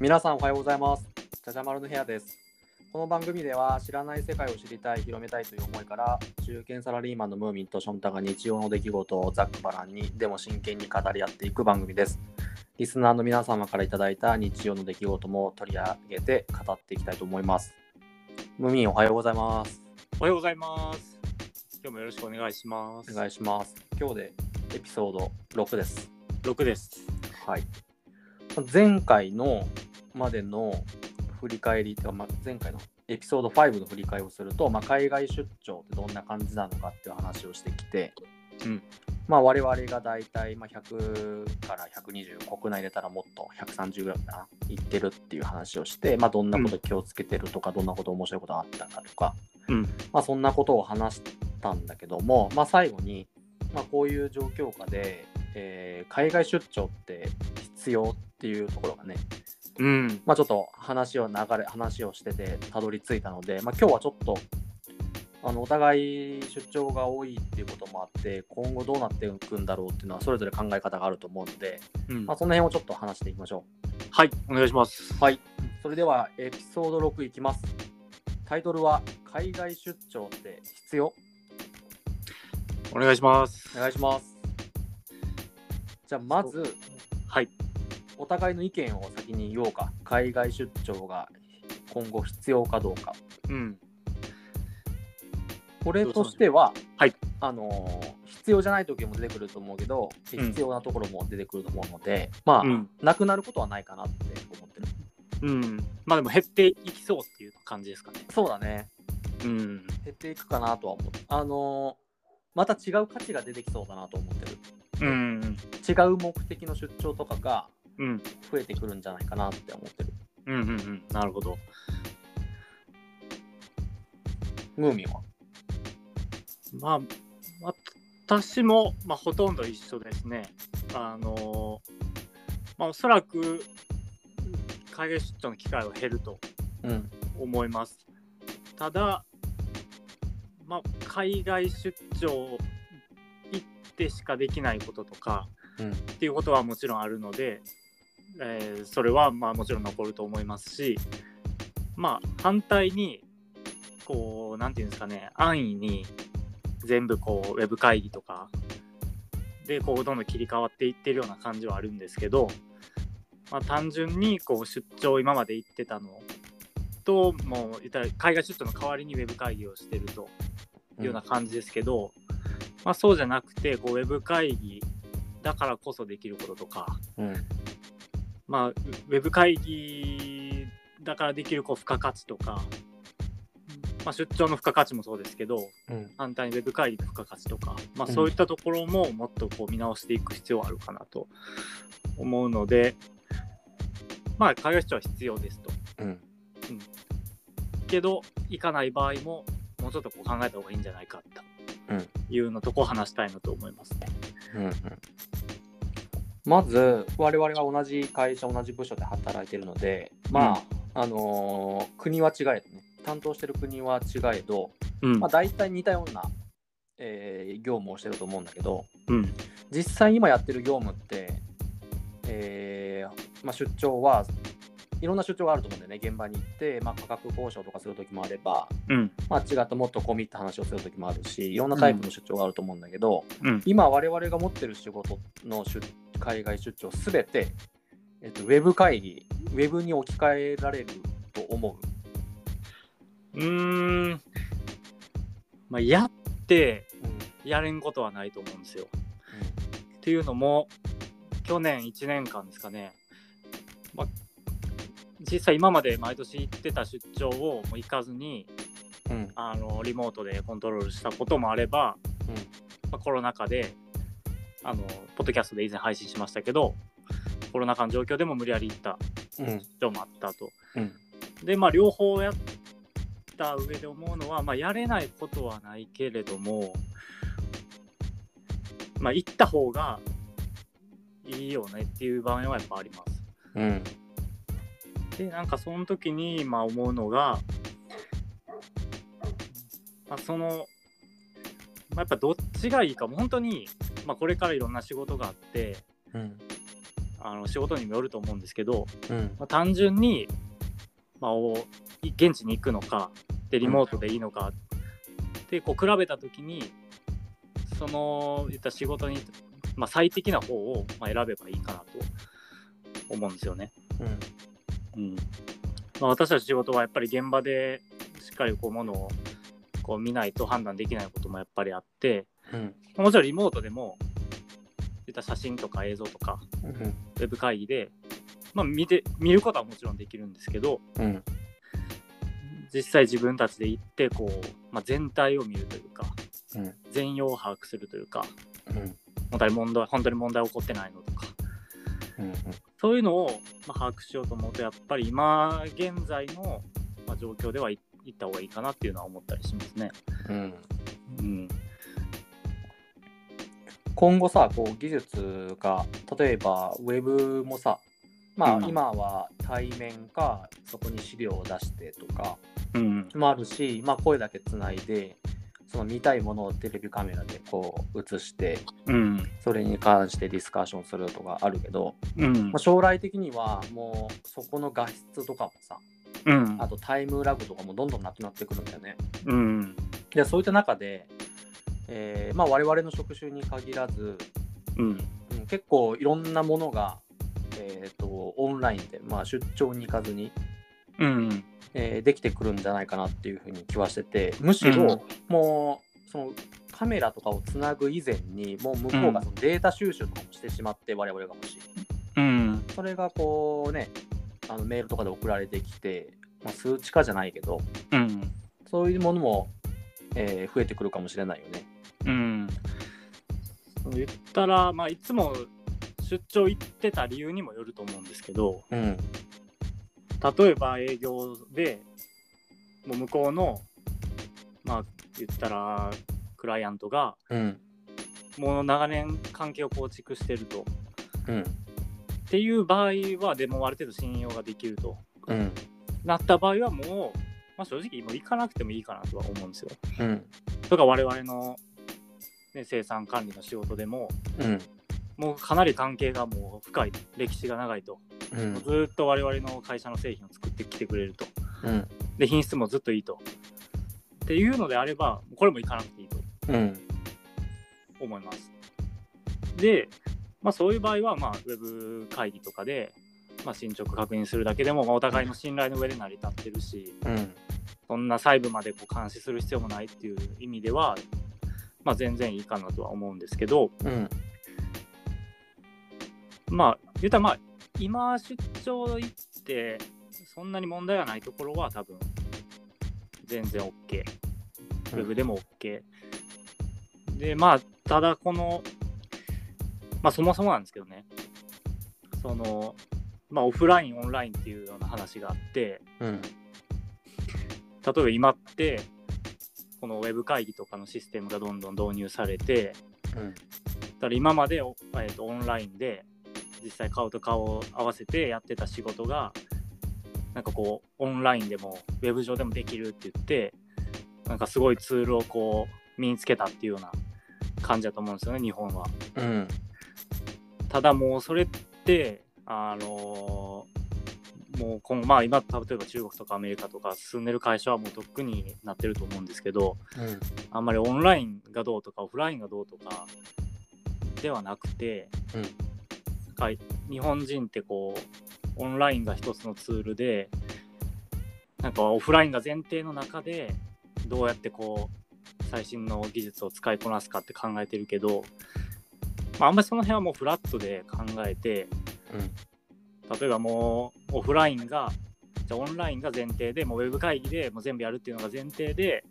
皆さんおはようございます。じゃじゃ丸の部屋です。この番組では知らない世界を知りたい、広めたいという思いから、中堅サラリーマンのムーミンとションタが日常の出来事をざっくばらんに、でも真剣に語り合っていく番組です。リスナーの皆様からいただいた日常の出来事も取り上げて語っていきたいと思います。ムーミンおはようございます。おはようございます。今日もよろしくお願いします。お願いします。今日でエピソード6です。六です。はい。前回のまでの振り返りというか、まあ、前回のエピソード5の振り返りをすると、まあ、海外出張ってどんな感じなのかっていう話をしてきて、うんまあ、我々が大体まあ100から120国内出たらもっと130ぐらいかな行ってるっていう話をして、まあ、どんなこと気をつけてるとか、どんなこと面白いことがあったかとか、うん。まあ、そんなことを話したんだけども、まあ、最後に、まあ、こういう状況下で、えー海外出張って必要っていうところがね、うん。まあ、ちょっと話を流れ話をしててたどり着いたので、まあ、今日はちょっとあのお互い出張が多いっていうこともあって今後どうなっていくんだろうっていうのはそれぞれ考え方があると思うので、うんまあ、その辺をちょっと話していきましょう。はい、お願いします。はい、それではエピソード6いきます。タイトルは「海外出張って必要?」お願いします。お願いします。じゃあまずはい。お互いの意見を先に言おうか。海外出張が今後必要かどうか。うん。これとしては、はいあのー必要じゃない時も出てくると思うけど、うん必要なところも出てくると思うので、まあ、うん。なくなることはないかなって思ってる。うん。まあでも減っていきそうっていう感じですかね。そうだね。うん。減っていくかなとは思う。あのーまた違う価値が出てきそうだなと思ってる。うん。違う目的の出張とかがうん。増えてくるんじゃないかなって思ってる。うん。うん。うん。なるほど。ムーミンは。まあ、私も、まあ、ほとんど一緒ですね。あのまあ、おそらく、海外出張の機会は減るとうん。思います。ただ、まあ、海外出張行ってしかできないこととかうんっていうことはもちろんあるので、えーそれはまあもちろん残ると思いますし、まあ、反対にこうなんていうんですかね安易に全部こうウェブ会議とかでこうどんどん切り替わっていってるような感じはあるんですけど、まあ、単純にこう出張今まで行ってたのともう言ったら海外出張の代わりにウェブ会議をしてるというような感じですけど、まあ、そうじゃなくてこうウェブ会議だからこそできることとか、うん。まあ、ウェブ会議だからできるこう付加価値とか、まあ、出張の付加価値もそうですけどうん。反対にウェブ会議の付加価値とか、まあ、うんそういったところももっとこう見直していく必要はあるかなと思うので、まあ、海外出張は必要ですと。うん。けど行かない場合ももうちょっとこう考えた方がいいんじゃないかうんというのとこを話したいなと思いますね。うんうんまず我々は同じ会社同じ部署で働いているのでまあ、あのー国は違えどね担当してる国は違えど、うんまあ、大体似たような、えー業務をしてると思うんだけどうん実際今やってる業務って、えーまあ、出張はいろんな出張があると思うんだよね現場に行って、まあ、価格交渉とかする時もあれば、うんまあ、違ったもっと込み入った話をする時もあるしいろんなタイプの出張があると思うんだけど、うん今我々が持ってる仕事の出海外出張すべて、えっと、ウェブ会議ウェブに置き換えられると思うーんまあ、やってう、うんやれんことはないと思うんですよ。っていうのも去年1年間ですかね、まあ、実際今まで毎年行ってた出張をもう行かずにうんうんあのリモートでコントロールしたこともあれば、まあ、コロナ禍であのポッドキャストで以前配信しましたけどコロナ禍の状況でも無理やり行ったうん状況もあったと。うんでまあ両方やった上で思うのは、まあ、やれないことはないけれども、まあ、行った方がいいよねっていう場面はやっぱあります。うんでなんかその時にまあ思うのが、まあ、その、まあ、やっぱどっちがいいかも本当に、まあ、これからいろんな仕事があってうんあの仕事にもよると思うんですけど、うんまあ、単純に、まあ、おい現地に行くのかでリモートでいいのかでこう比べた時にその言った仕事に、まあ、最適な方をまあ選べばいいかなと思うんですよね。うんうんまあ、私たち仕事はやっぱり現場でしっかりこうものをこう見ないと判断できないこともやっぱりあってうんまあもちろんリモートでも言った写真とか映像とかうんウェブ会議で、まあ、見て見ることはもちろんできるんですけどうん実際自分たちで行ってこう、まあ、全体を見るというかうん全容を把握するというかうん本当に問題本当に問題起こってないのとかうんそういうのを、まあ、把握しようと思うとやっぱり今現在の、まあ、状況ではい行った方がいいかなっていうのは思ったりしますね。うんうん今後さこう技術が例えばウェブもさまあ、うん今は対面かそこに資料を出してとかうんもあるし、まあ、声だけつないでその見たいものをテレビカメラでこう映してうんそれに関してディスカッションするとかあるけど、うんまあ、将来的にはもうそこの画質とかもさうんあとタイムラグとかもどんどんなくなってくるんだよね。うんでそういった中で、えーまあ、我々の職種に限らず、うんうん結構いろんなものが、えー、とオンラインで、まあ、出張に行かずに、うんえーできてくるんじゃないかなっていうふうに気はしててむしろ、うんもうそのカメラとかをつなぐ以前にもう向こうがそのデータ収集とかもしてしまって我々が欲しい。うんそれがこうねあのメールとかで送られてきて、まあ、数値化じゃないけどうんそういうものも、えー増えてくるかもしれないよね。うん言ったらまあいつも出張行ってた理由にもよると思うんですけどうん例えば営業でもう向こうのまあ言ったらクライアントがうんもう長年関係を構築してるとっうんていう場合はでもある程度信用ができるとうんなった場合はもう、まあ、正直もう行かなくてもいいかなとは思うんですよ。うんとか我々の、ね、生産管理の仕事でもうんもうかなり関係がもう深い歴史が長いと、うんずーっと我々の会社の製品を作ってきてくれるとうんで品質もずっといいとっていうのであればこれも行かなくていいとうん思いますで、まあ、そういう場合は、まあ、ウェブ会議とかで、まあ、進捗確認するだけでも、まあお互いの信頼の上で成り立ってるしうんそんな細部までこう監視する必要もないっていう意味では、まあ、全然いいかなとは思うんですけど、うんまあ、言ったらまあ、今出張行って、そんなに問題がないところは多分、全然 OK。ウェブでも OK。で、まあ、ただこの、まあそもそもなんですけどね、その、まあオフライン、オンラインっていうような話があって、うん例えば今って、このウェブ会議とかのシステムがどんどん導入されて、うんだから今まで、おえー、とオンラインで実際顔と顔を合わせてやってた仕事がなんかこうオンラインでもウェブ上でもできるって言ってなんかすごいツールをこう身につけたっていうような感じだと思うんですよね日本は。うんただもうそれってあのーもう今後まあ今例えば中国とかアメリカとか進んでる会社はもうとっくになってると思うんですけどうんあんまりオンラインがどうとかオフラインがどうとかではなくて、うんなんか日本人ってこうオンラインが一つのツールでなんかオフラインが前提の中でどうやってこう最新の技術を使いこなすかって考えてるけど、まあ、あんまりその辺はもうフラットで考えて例えばもうオフラインがじゃあオンラインが前提でもうウェブ会議でもう全部やるっていうのが前提で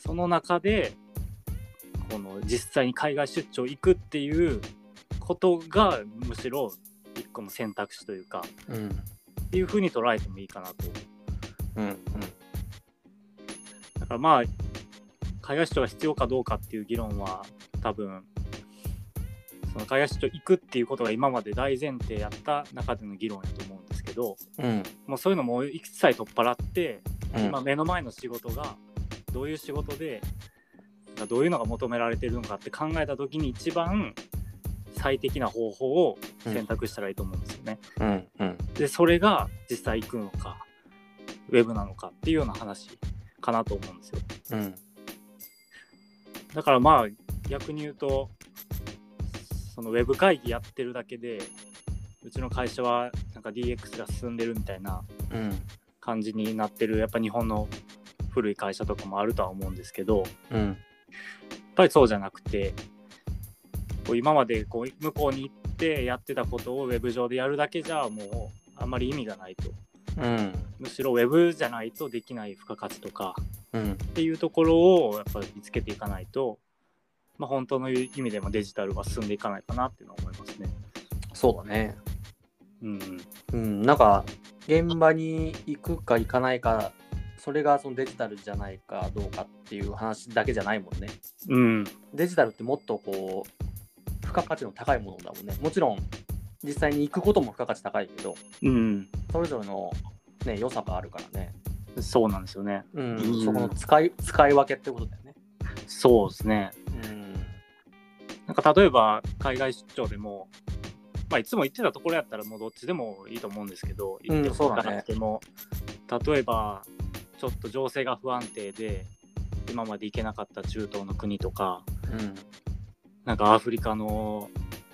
その中でこの実際に海外出張行くっていうことがむしろ一個の選択肢というかうんっていうふうに捉えてもいいかなとうんだからまあ海外出張が必要かどうかっていう議論は多分その海外出張行くっていうことが今まで大前提やった中での議論やと思うんですけどうんもうそういうのも一切取っ払ってうん今目の前の仕事がどういう仕事でどういうのが求められてるのかって考えた時に一番最適な方法を選択したらいいと思うんですよね。うんうんでそれが実際行くのかウェブなのかっていうような話かなと思うんですよ。うんだからまあ逆に言うとそのウェブ会議やってるだけでうちの会社はなんか DX が進んでるみたいなうん感じになってるやっぱ日本の古い会社とかもあるとは思うんですけどやっうんぱりそうじゃなくてこう今までこう向こうに行ってやってたことをウェブ上でやるだけじゃもうあんまり意味がないとうんむしろウェブじゃないとできない付加価値とかうんっていうところをやっぱり見つけていかないと、まあ、本当の意味でもデジタルは進んでいかないかなっていうのは思いますね。そうだねうん、うんなんか現場に行くか行かないかそれがそのデジタルじゃないかどうかっていう話だけじゃないもんねうん、デジタルってもっとこう付加価値の高いものだもんねもちろん実際に行くことも付加価値高いけどうん、それぞれの、ね、良さがあるからね、そうなんですよね。うんうんそこの使い使い分けってことだよねそうですね。なんか例えば海外出張でも、まあ、いつも行ってたところやったらもうどっちでもいいと思うんですけどうん行ってもそう行だねかなくても、例えばちょっと情勢が不安定で今まで行けなかった中東の国とかうんなんかアフリカの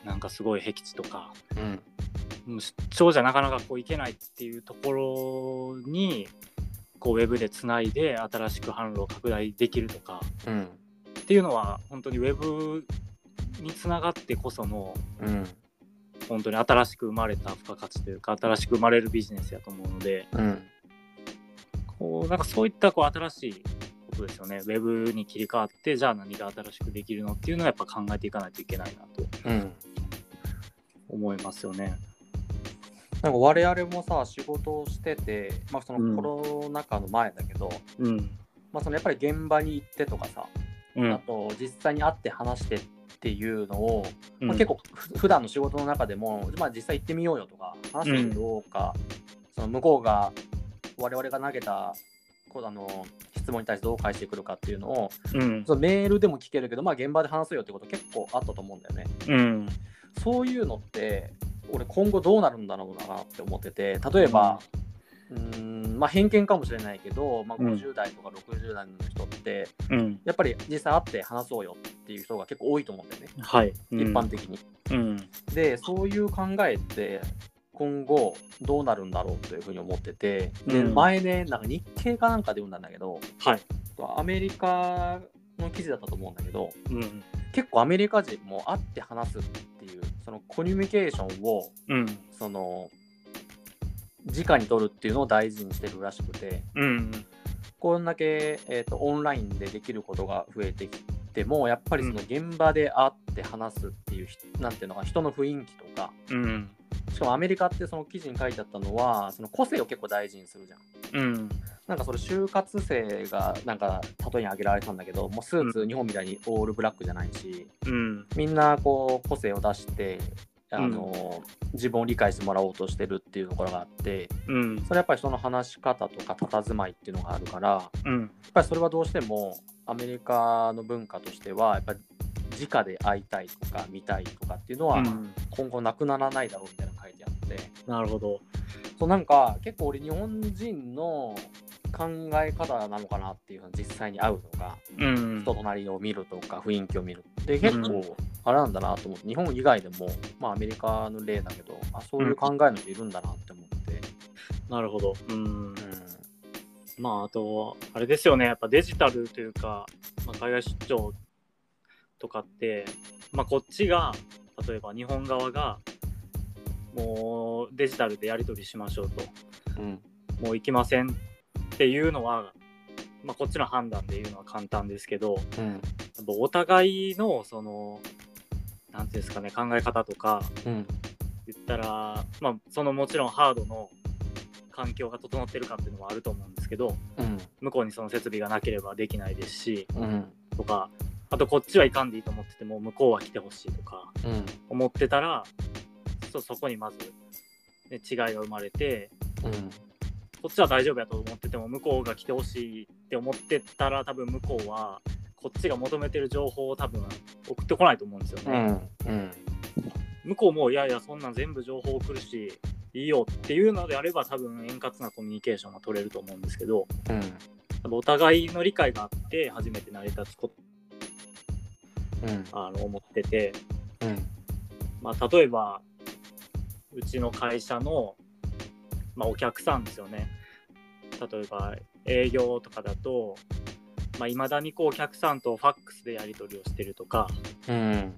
なんかすごい僻地とかうんもう出張じゃなかなかこう行けないっていうところにこうウェブでつないで新しく販路を拡大できるとかうんっていうのは本当にウェブにつながってこそのうん本当に新しく生まれた付加価値というか新しく生まれるビジネスやと思うのでうんこうなんかそういったこう新しいことですよねウェブに切り替わってじゃあ何が新しくできるのっていうのはやっぱ考えていかないといけないなとうん思いますよね。なんか我々もさ仕事をしてて、まあ、そうんのコロナ禍の前だけど、うん、まあ、そのやっぱり現場に行ってとかさ、うんあと実際に会って話してっていうのを、うんまあ、結構ふ普段の仕事の中でも、まあ、実際行ってみようよとか話してみようか、その向こうが我々が投げたこうあの質問に対してどう返してくるかっていうのをうんそのメールでも聞けるけど、まあ、現場で話すよってこと結構あったと思うんだよね。うんそういうのって俺今後どうなるんだろうなって思ってて例えば、うーんまあ、偏見かもしれないけど、まあ、うん50代とか60代の人って、うんやっぱり実際会って話そうよっていう人が結構多いと思うんだよね、はい一一般的に。うんでそういう考えって今後どうなるんだろうというふうに思ってて、でうん前ねなんか日経かなんかで読んだんだけどはいアメリカの記事だったと思うんだけどうん結構アメリカ人も会って話すっていうそのコミュニケーションをうんその直に取るっていうのを大事にしてるらしくてうんこんだけ、えー、とオンラインでできることが増えてきてもやっぱりその現場で会って話すっていう、ひなんていうのか人の雰囲気とかうんしかもアメリカってその記事に書いてあったのはその個性を結構大事にするじゃん。うんなんかそれ就活生がなんか例えに挙げられたんだけどもうスーツ日本みたいにオールブラックじゃないしうんみんなこう個性を出してあの、自分を理解してもらおうとしてるっていうところがあってうんそれはやっぱりその話し方とか佇まいっていうのがあるからやうんっぱりそれはどうしてもアメリカの文化としてはやっぱり直で会いたいとか見たいとかっていうのはうん今後なくならないだろうみたいなの書いてあって、なるほどそうなんか結構俺日本人の考え方なのかなっていうのは実際に会うとかうん人となりを見るとか雰囲気を見るで結構あれなんだなと思って日本以外でもまあアメリカの例だけどあそういう考えの人いるんだなって思って。なるほどうんうんまああとあれですよねやっぱデジタルというか、まあ、海外出張とかって、まあ、こっちが例えば日本側がもうデジタルでやり取りしましょうとうんもう行きませんっていうのは、まあ、こっちの判断で言うのは簡単ですけどうんやっぱお互いのその何ていうんですかね考え方とかうん言ったら、まあ、そのもちろんハードの環境が整ってるかっていうのもあると思うんですけどうん向こうにその設備がなければできないですしうんとかあとこっちはいかんでいいと思ってても向こうは来てほしいとかうん思ってたらそそこにまず、ね、違いが生まれてうんこっちは大丈夫やと思ってても向こうが来てほしいって思ってたら多分向こうはこっちが求めてる情報を多分送ってこないと思うんですようんね。うん向こうもいやいやそんなん全部情報来るしいいよっていうのであれば多分円滑なコミュニケーションが取れると思うんですけどうんやっぱお互いの理解があって初めて成り立つことうんあの思ってて、うんまあ、例えばうちの会社の、まあ、お客さんですよね例えば営業とかだといまあ、未だにこうお客さんとファックスでやり取りをしてるとかうん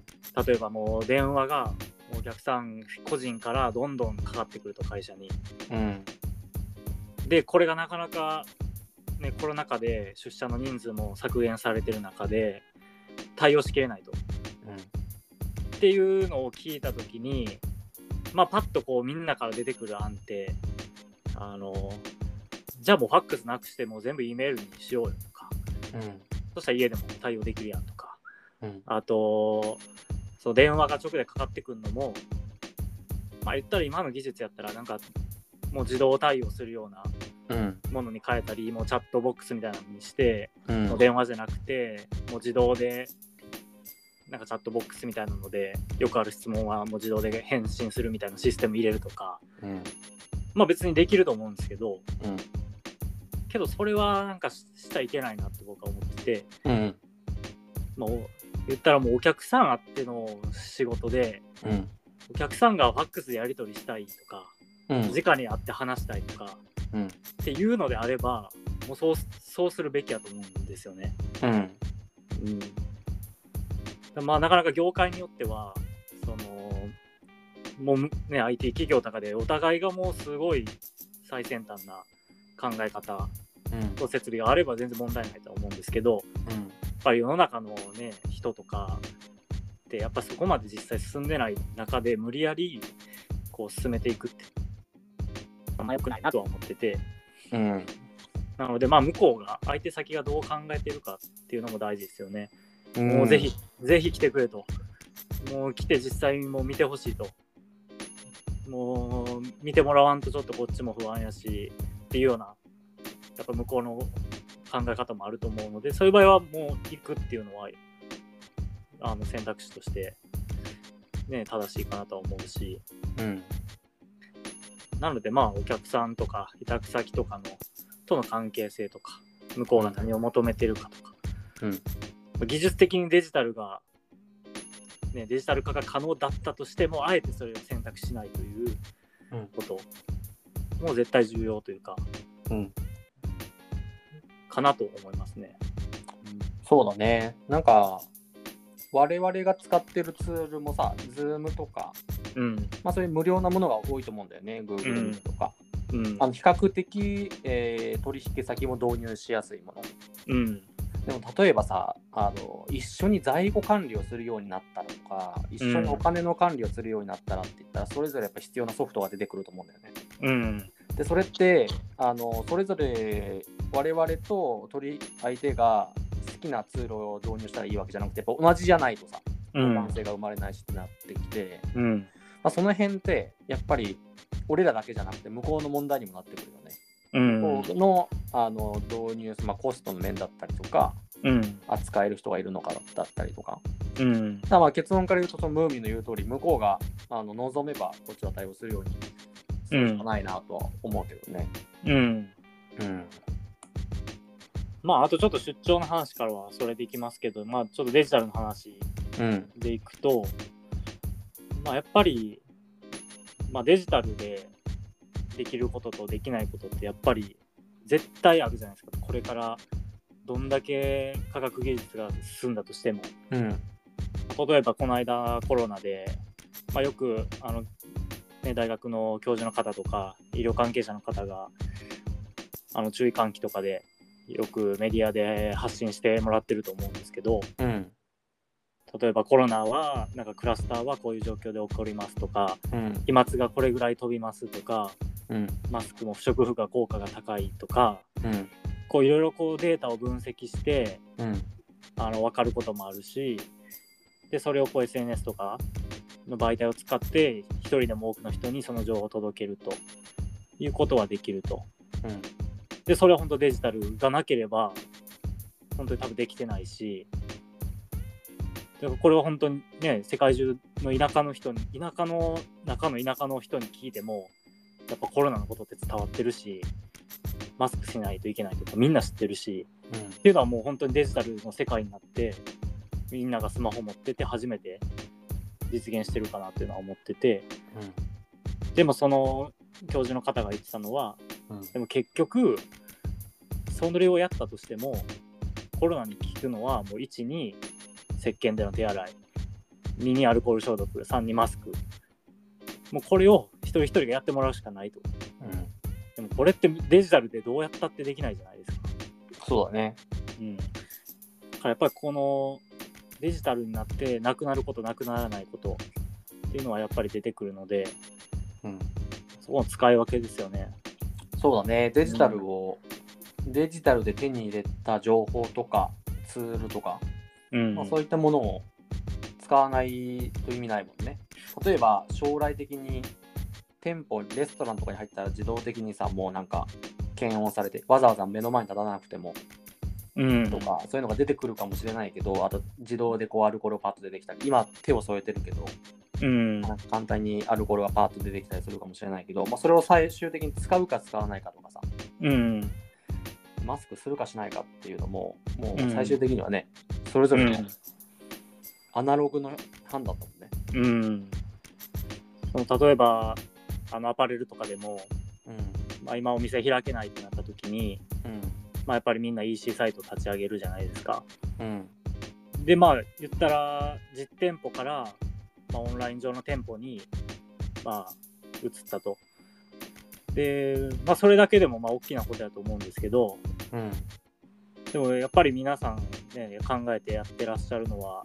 例えばもう電話がお客さん個人からどんどんかかってくると会社にうんでこれがなかなか、ね、コロナ禍で出社の人数も削減されてる中で対応しきれないとっていうのを聞いた時に、まあ、パッとこうみんなから出てくる案ってあのじゃあもうファックスなくしてもう全部 E メールにしようよとかうんそしたら家でも対応できるやんとかうんあとそう電話が直でかかってくるのもまあ言ったら今の技術やったらなんかもう自動対応するようなうんものに変えたりもうチャットボックスみたいなのにして、うんもう電話じゃなくてもう自動でなんかチャットボックスみたいなのでよくある質問はもう自動で返信するみたいなシステム入れるとかうんまあ別にできると思うんですけどうんけどそれはなんかししちゃいけないなって僕は思ってて、うんまあ、お言ったらもうお客さんあっての仕事でうんお客さんがファックスでやり取りしたいとかうん直に会って話したいとかうんっていうのであればもうそうそうするべきやと思うんですよね。うんうん、まあなかなか業界によってはそのもうむね IT 企業とかでお互いがもうすごい最先端な考え方うんと設備があれば全然問題ないとは思うんですけどうんやっぱり世の中のね人とかってやっぱそこまで実際進んでない中で無理やりこう進めていくってあんま良くないなとは思っててうんなのでまあ向こうが相手先がどう考えてるかっていうのも大事ですよね。うんもうぜひ、ぜひ来てくれと。もう来て実際にもう見てほしいと。もう見てもらわんとちょっとこっちも不安やしっていうような、やっぱ向こうの考え方もあると思うので、そういう場合はもう行くっていうのは、あの選択肢として、ね、正しいかなとは思うし、うんなのでまあお客さんとか委託先とかの、との関係性とか、向こうが何を求めてるかとか、うん技術的にデジタルが、ね、デジタル化が可能だったとしてもあえてそれを選択しないといううんことも絶対重要というかうんかなと思いますね。そうだねなんか我々が使ってるツールもさ Zoom とかうん、まあそういう無料なものが多いと思うんだよね Google とか、うん、あの比較的、えー取引先も導入しやすいものうん、でも例えばさあの一緒に在庫管理をするようになったらとか一緒にお金の管理をするようになったらって言ったら、それぞれやっぱ必要なソフトが出てくると思うんだよね。うん、でそれってあのそれぞれ我々と取り相手が好きなツールを導入したらいいわけじゃなくてやっぱ同じじゃないとさう共ん感、性が生まれないしってなってきて、うん、まあ、その辺ってやっぱり俺らだけじゃなくて向こうの問題にもなってくるよね。うん、のあの導入、まあ、コストの面だったりとかうん、扱える人がいるのかだったりとかうん、だからまあ結論から言うとそのムーミンの言う通り向こうがあの望めばこっちは対応するようにするしかないなとは思うけどね。うん。うんまああとちょっと出張の話からはそれでいきますけど、まあちょっとデジタルの話うんでいくと、まあ、やっぱり、まあ、デジタルでできることとできないことってやっぱり絶対あるじゃないですかこれからどんだけ科学技術が進んだとしてもうん例えばこの間コロナで、まあ、よくあの、ね、大学の教授の方とか医療関係者の方があの注意喚起とかでよくメディアで発信してもらってると思うんですけど、うん例えばコロナはなんかクラスターはこういう状況で起こりますとかうん飛沫がこれぐらい飛びますとかうんマスクも不織布が効果が高いとかうんこういろいろこうデータを分析してうんあの分かることもあるしでそれをこう SNS とかの媒体を使って一人でも多くの人にその情報を届けるということはできるとうんでそれは本当デジタルがなければ本当に多分できてないしだからこれは本当にね世界中の田舎の人に田舎の中の田舎の人に聞いてもやっぱコロナのことって伝わってるしマスクしないといけないとかみんな知ってるしっていうのはもう本当にデジタルの世界になってみんながスマホ持ってて初めて実現してるかなっていうのは思っててでもその教授の方が言ってたのはうんうんでも結局それをやったとしてもコロナに効くのはもう1に石鹸での手洗い2にアルコール消毒3にマスクもうこれを一人一人がやってもらうしかないとうんでもこれってデジタルでどうやったってできないじゃないですかそうだねうん、だからやっぱりこのデジタルになってなくなることなくならないことっていうのはやっぱり出てくるのでうんそこの使い分けですよね。そうだねデジタルを、デジタルで手に入れた情報とかツールとか、うんまあ、そういったものを使わないと意味ないもんね例えば将来的に店舗レストランとかに入ったら自動的にさもうなんか検温されてわざわざ目の前に立たなくてもうんとか、そういうのが出てくるかもしれないけどあと自動でこうアルコールパッと出てきたり今手を添えてるけどうんなんか簡単にアルコールがパッと出てきたりするかもしれないけど、まあ、それを最終的に使うか使わないかとかさうんマスクするかしないかっていうのも、もううん最終的にはね、それぞれうのんアナログの判断だもんね。うん、その例えばあのアパレルとかでも、うまあ、今お店開けないってなった時に、ん。まあ、やっぱりみんな EC サイト立ち上げるじゃないですか。うん。でまあ言ったら実店舗から、まあ、オンライン上の店舗にまあ移ったと。でまあそれだけでもまあ大きなことだと思うんですけどうん。うん。でもやっぱり皆さん、ね、考えてやってらっしゃるのは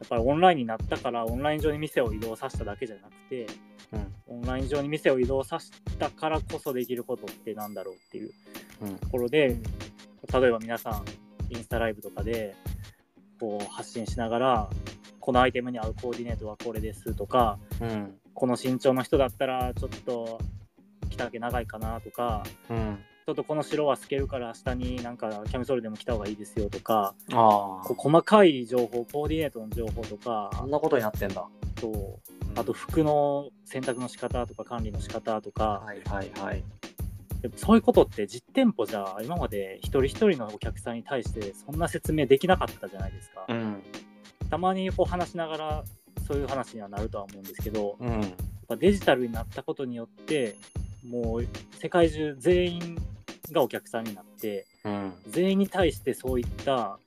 やっぱりオンラインになったからオンライン上に店を移動させただけじゃなくてうん。オンライン上に店を移動させたからこそできることってなんだろうっていううん。ところで例えば皆さんインスタライブとかでこう発信しながらこのアイテムに合うコーディネートはこれですとかうん。この身長の人だったらちょっと着丈長いかなとかうん。ちょっとこの白は透けるから下になんかキャミソールでも着た方がいいですよとかあこう細かい情報コーディネートの情報とあ。あかんなことになってんだ。あとうんあと、服の選択の仕方とか管理の仕方とかはいはいはい。でもそういうことって実店舗じゃ今まで一人一人のお客さんに対してそんな説明できなかったじゃないですか、ん。たまにこう話しながらそういう話にはなるとは思うんですけどやっうん。ぱデジタルになったことによってもう世界中全員がお客さんになってうん。全員に対してそういった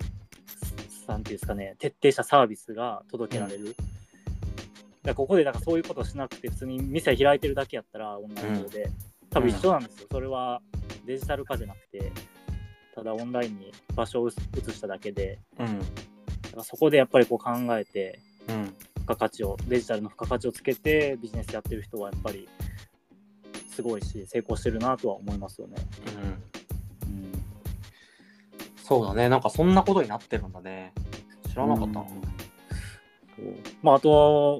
なんていうんですかね徹底したサービスが届けられる、だからここでだからそういうことしなくて普通に店開いてるだけやったらオンライン上で、多分一緒なんですよ、それはデジタル化じゃなくてただオンラインに場所を移しただけでうん。だからそこでやっぱりこう考えてうん。付加価値をデジタルの付加価値をつけてビジネスやってる人はやっぱりすごいし成功してるなとは思いますよね。うん。うんそうだね。なんかそんなことになってるんだね。知らなかったな。まあ、あとは、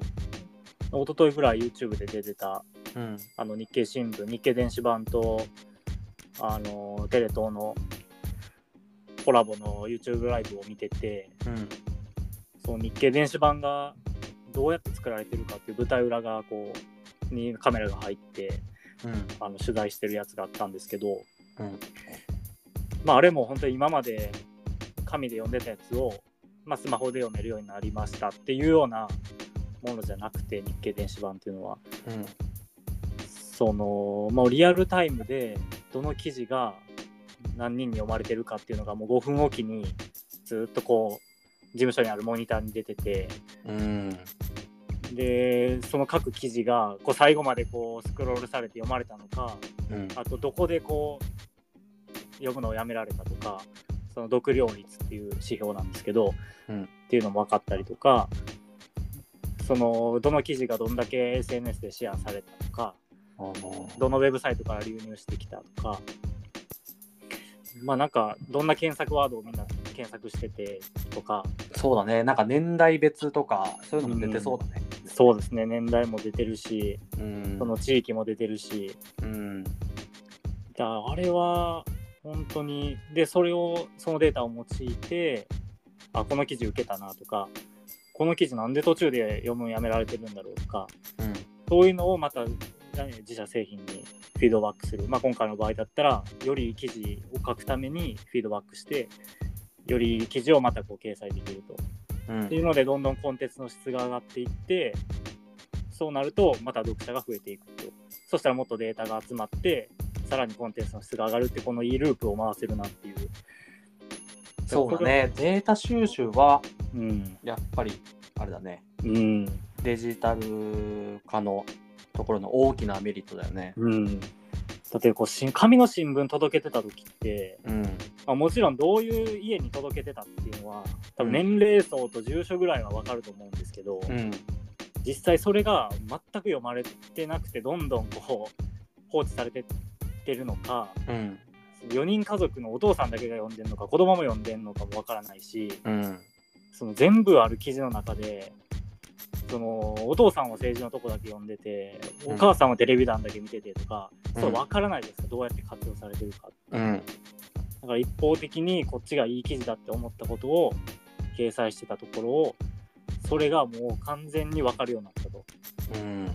一昨日ぐらい YouTube で出てたうん。あの日経新聞、日経電子版とあのテレ東のコラボの YouTube ライブを見てて、うん。その日経電子版がどうやって作られてるかっていう舞台裏がこうにカメラが入ってうん。あの取材してるやつがあったんですけど、うん。まあ、あれも本当に今まで紙で読んでたやつを、まあ、スマホで読めるようになりましたっていうようなものじゃなくて日経電子版っていうのはうん。そのもうリアルタイムでどの記事が何人に読まれてるかっていうのがもう5分おきにずっとこう事務所にあるモニターに出ててうん。でその各記事がこう最後までこうスクロールされて読まれたのかうん。あとどこでこう読むのをやめられたとかその読量率っていう指標なんですけど、うんっていうのも分かったりとかそのどの記事がどんだけ SNS でシェアされたとかあのどのウェブサイトから流入してきたとかまあなんかどんな検索ワードをみんな検索しててとかそうだね。なんか年代別とか、そういうのも出てそうだね。そうですね年代も出てるしうんその地域も出てるしうん。だからあれは本当にでそれをそのデータを用いてあこの記事受けたなとかこの記事なんで途中で読むのやめられてるんだろうとかうんそういうのをまた何自社製品にフィードバックする、まあ、今回の場合だったらより記事を書くためにフィードバックしてより記事をまたこう掲載できるとうんっていうのでどんどんコンテンツの質が上がっていってそうなるとまた読者が増えていくとそしたらもっとデータが集まってさらにコンテンツの質が上がるってこのいいループを回せるなっていう、そうだねデータ収集はうんやっぱりあれだねうんデジタル化のところの大きなメリットだよね。うん、だってこう新紙の新聞届けてた時って、うん、まあ、もちろんどういう家に届けてたっていうのは多分年齢層と住所ぐらいは分かると思うんですけど、うん、実際それが全く読まれてなくてどんどんこう放置されてってるのかうん、 4人家族のお父さんだけが読んでるのか子供も読んでるのかもわからないしうん、その全部ある記事の中でそのお父さんは政治のとこだけ読んでてうんお母さんはテレビ欄だけ見ててとか、うんそうわからないですかどうやって活用されてるかうん、だから一方的にこっちがいい記事だって思ったことを掲載してたところをそれがもう完全にわかるようになったと。うん、で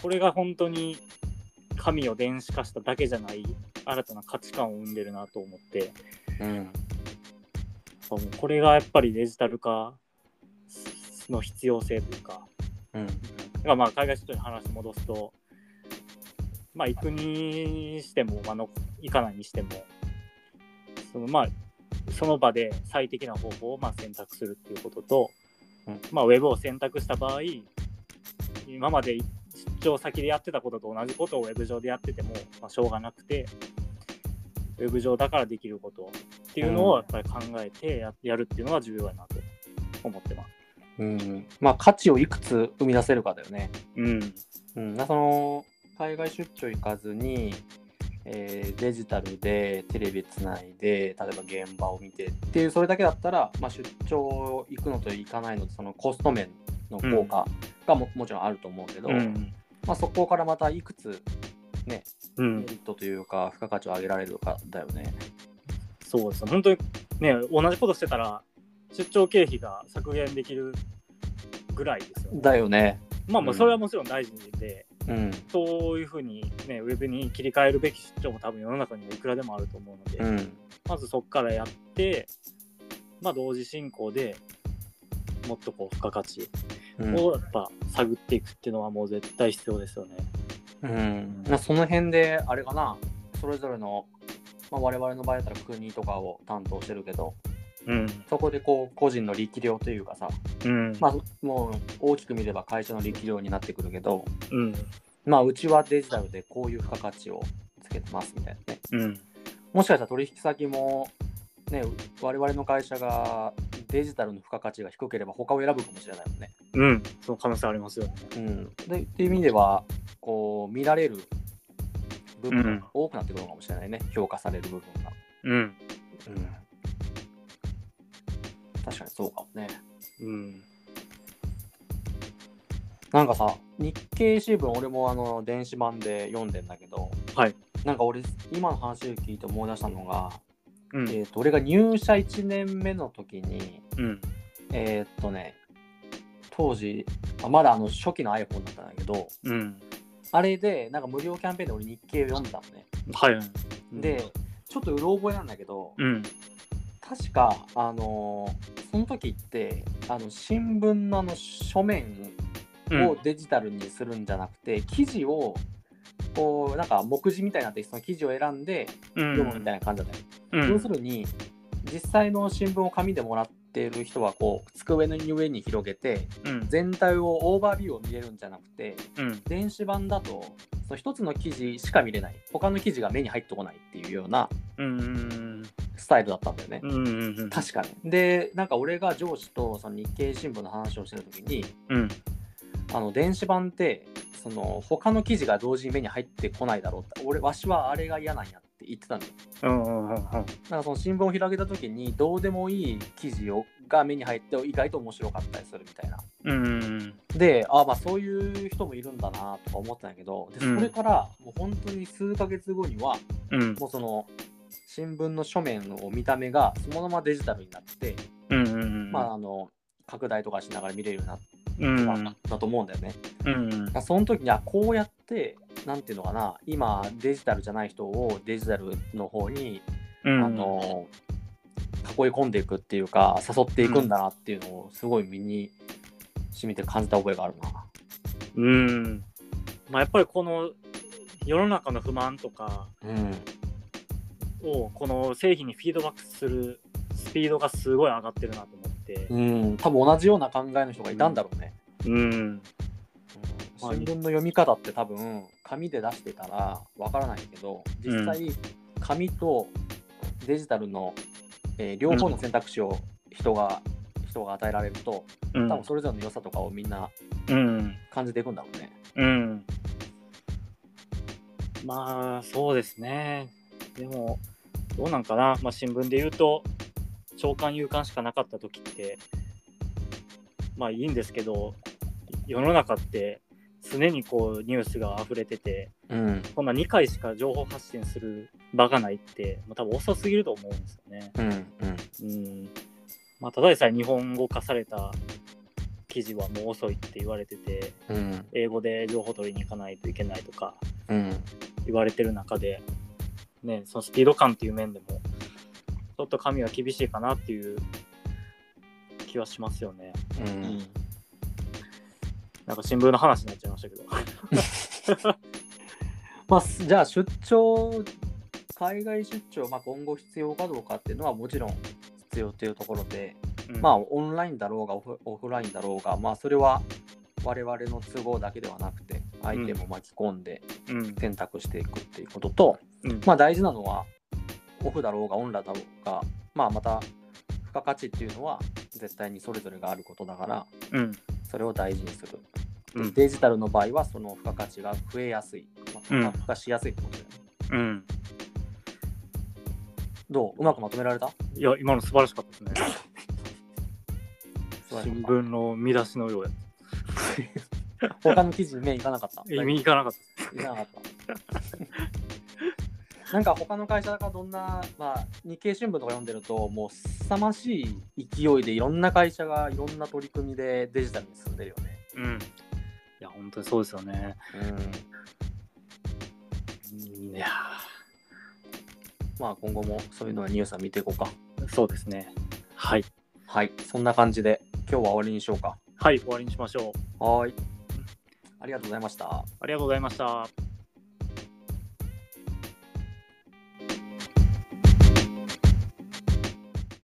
これが本当に神を電子化しただけじゃない新たな価値観を生んでるなと思ってうん、そうこれがやっぱりデジタル化の必要性というかうん、だからまあ海外出張に話戻すと、まあ、行くにしても、まあ、の行かないにしてもその,、まあ、その場で最適な方法をまあ選択するっていうことと、うんまあ、ウェブを選択した場合今まで出張先でやってたことと同じことをウェブ上でやってても、まあ、しょうがなくてウェブ上だからできることっていうのをやっぱり考えてや,、やるっていうのは重要やなと思ってます。うん、まあ価値をいくつ生み出せるかだよね。うん、うん、なその海外出張行かずに、えーデジタルでテレビつないで例えば現場を見てっていうそれだけだったら、まあ、出張行くのと行かないのとそのコスト面の効果がも,、もちろんあると思うけど、うんまあ、そこからまたいくつねうメんリットというか付加価値を上げられるかだよね。そうですね本当にね、同じことしてたら、出張経費が削減できるぐらいですよね。だよね。まあまうあ、んそれはもちろん大事で、うん。そういうふうに、ね、ウェブに切り替えるべき出張も多分世の中にはいくらでもあると思うので、うん。まずそこからやって、まあ、同時進行でもっとこう付加価値うんをやっぱ探っていくっていうのはもう絶対必要ですよね。うん、なその辺であれかなそれぞれの、まあ、我々の場合だったら国とかを担当してるけどうん。そこでこう個人の力量というかさ、うん。まあ、もう大きく見れば会社の力量になってくるけど、うん。まあ、うちはデジタルでこういう付加価値をつけてますみたいなねうん。もしかしたら取引先も、ね、我々の会社がデジタルの付加価値が低ければ他を選ぶかもしれないもんね。うん。その可能性ありますよね。うん、でっていう意味ではこう見られる部分が多くなってくるのかもしれないね、評価される部分が、うん。確かにそうかもねうん。なんかさ日経新聞俺もあの電子版で読んでんだけど、はい、なんか俺今の話を聞いて思い出したのが、うん。えー、と俺が入社1年目の時にうん。えーっとね当時あまだあの初期の iPhone だったんだけどうん。あれでなんか無料キャンペーンで俺日経を読んでたのねはいはい。で、ちょっとうろ覚えなんだけど、うん。確か、あのーその時って、あの新聞のあの書面うんをデジタルにするんじゃなくて、記事を、こう、なんか目次みたいになって、その記事を選んで読むみたいな感じだったよ、うん要するに、実際の新聞を紙でもらってる人は、こう、机の上に広げて、うん全体をオーバービューを見れるんじゃなくて、うん電子版だと、その一つの記事しか見れない、他の記事が目に入ってこないっていうような、うんスタイルだったんだよね。うんうん確かに。で、なんか俺が上司とその日経新聞の話をしてるときに、うんあの電子版って、その他の記事が同時に目に入ってこないだろうって、俺、わしはあれが嫌なんやって言ってたんだよ。うんうんなんかその新聞を開けたときに、どうでもいい記事をが目に入って、意外と面白かったりするみたいな。うんで、あまあそういう人もいるんだなとか思ってたんやけど、でそうんれからもう本当に数ヶ月後には、うんもうその新聞の書面を見た目がそのままデジタルになって、うんうんまああの拡大とかしながら見れるようになっうんただと思うんだよね。うんだからその時にはこうやってなんていうのかな今デジタルじゃない人をデジタルの方に、うんあの囲い込んでいくっていうか誘っていくんだなっていうのをすごい身に染みて感じた覚えがあるな。うんまあ、やっぱりこの世の中の不満とかうん、をこの製品にフィードバックするスピードがすごい上がってるなと思って、うん、多分同じような考えの人がいたんだろうね。うん、新聞の読み方って多分紙で出してたらわからないけど実際紙とデジタルの、えー両方の選択肢を人が人が与えられるとうん多分それぞれの良さとかをみんなうん感じていくんだろうね。うんまあそうですねでもどうなんかな、まあ、新聞で言うと朝刊夕刊しかなかった時ってまあいいんですけど世の中って常にこうニュースが溢れててうんこんな2回しか情報発信する場がないってもう多分遅すぎると思うんですよね。うんうんうんまあ、ただでさえ日本語化された記事はもう遅いって言われててうん英語で情報取りに行かないといけないとかうん言われてる中で、ね、そのスピード感っていう面でもちょっと紙は厳しいかなっていう気はしますよね。う、うんなんか新聞の話になっちゃいましたけど。まあすじゃあ出張海外出張、まあ、今後必要かどうかっていうのはもちろん必要っていうところで、まあ、オンラインだろうがオフオフラインだろうが、まあ、それは我々の都合だけではなくて相手も巻き込んでうん、選択していくっていうことと、うん、まあ、大事なのはオフだろうがオンラだろうが、まあ、また付加価値っていうのは絶対にそれぞれがあることだからうん、それを大事にする、うんデジタルの場合はその付加価値が増えやすい、まあ、うん付加しやすいってことだよね、うん。どううまくまとめられたいや、今の素晴らしかったですね。素晴らし新かっ聞の見出しのようや。た 他の記事に目いかなかった 意味いかなかっいらなかった。 なんか他の会社がどんな、まあ、日経新聞とか読んでるともう凄まじい勢いでいろんな会社がいろんな取り組みでデジタルに進んでるよね。た。うん。いや、本当にそうですよね。うんいやまあ今後もそういうのはニュースは見ていこうか。ーそうですね。はい。はい、そんな感じで今日は終わりにしようか。はい、終わりにしましょう。はーい。ありがとうございました。ありがとうございました。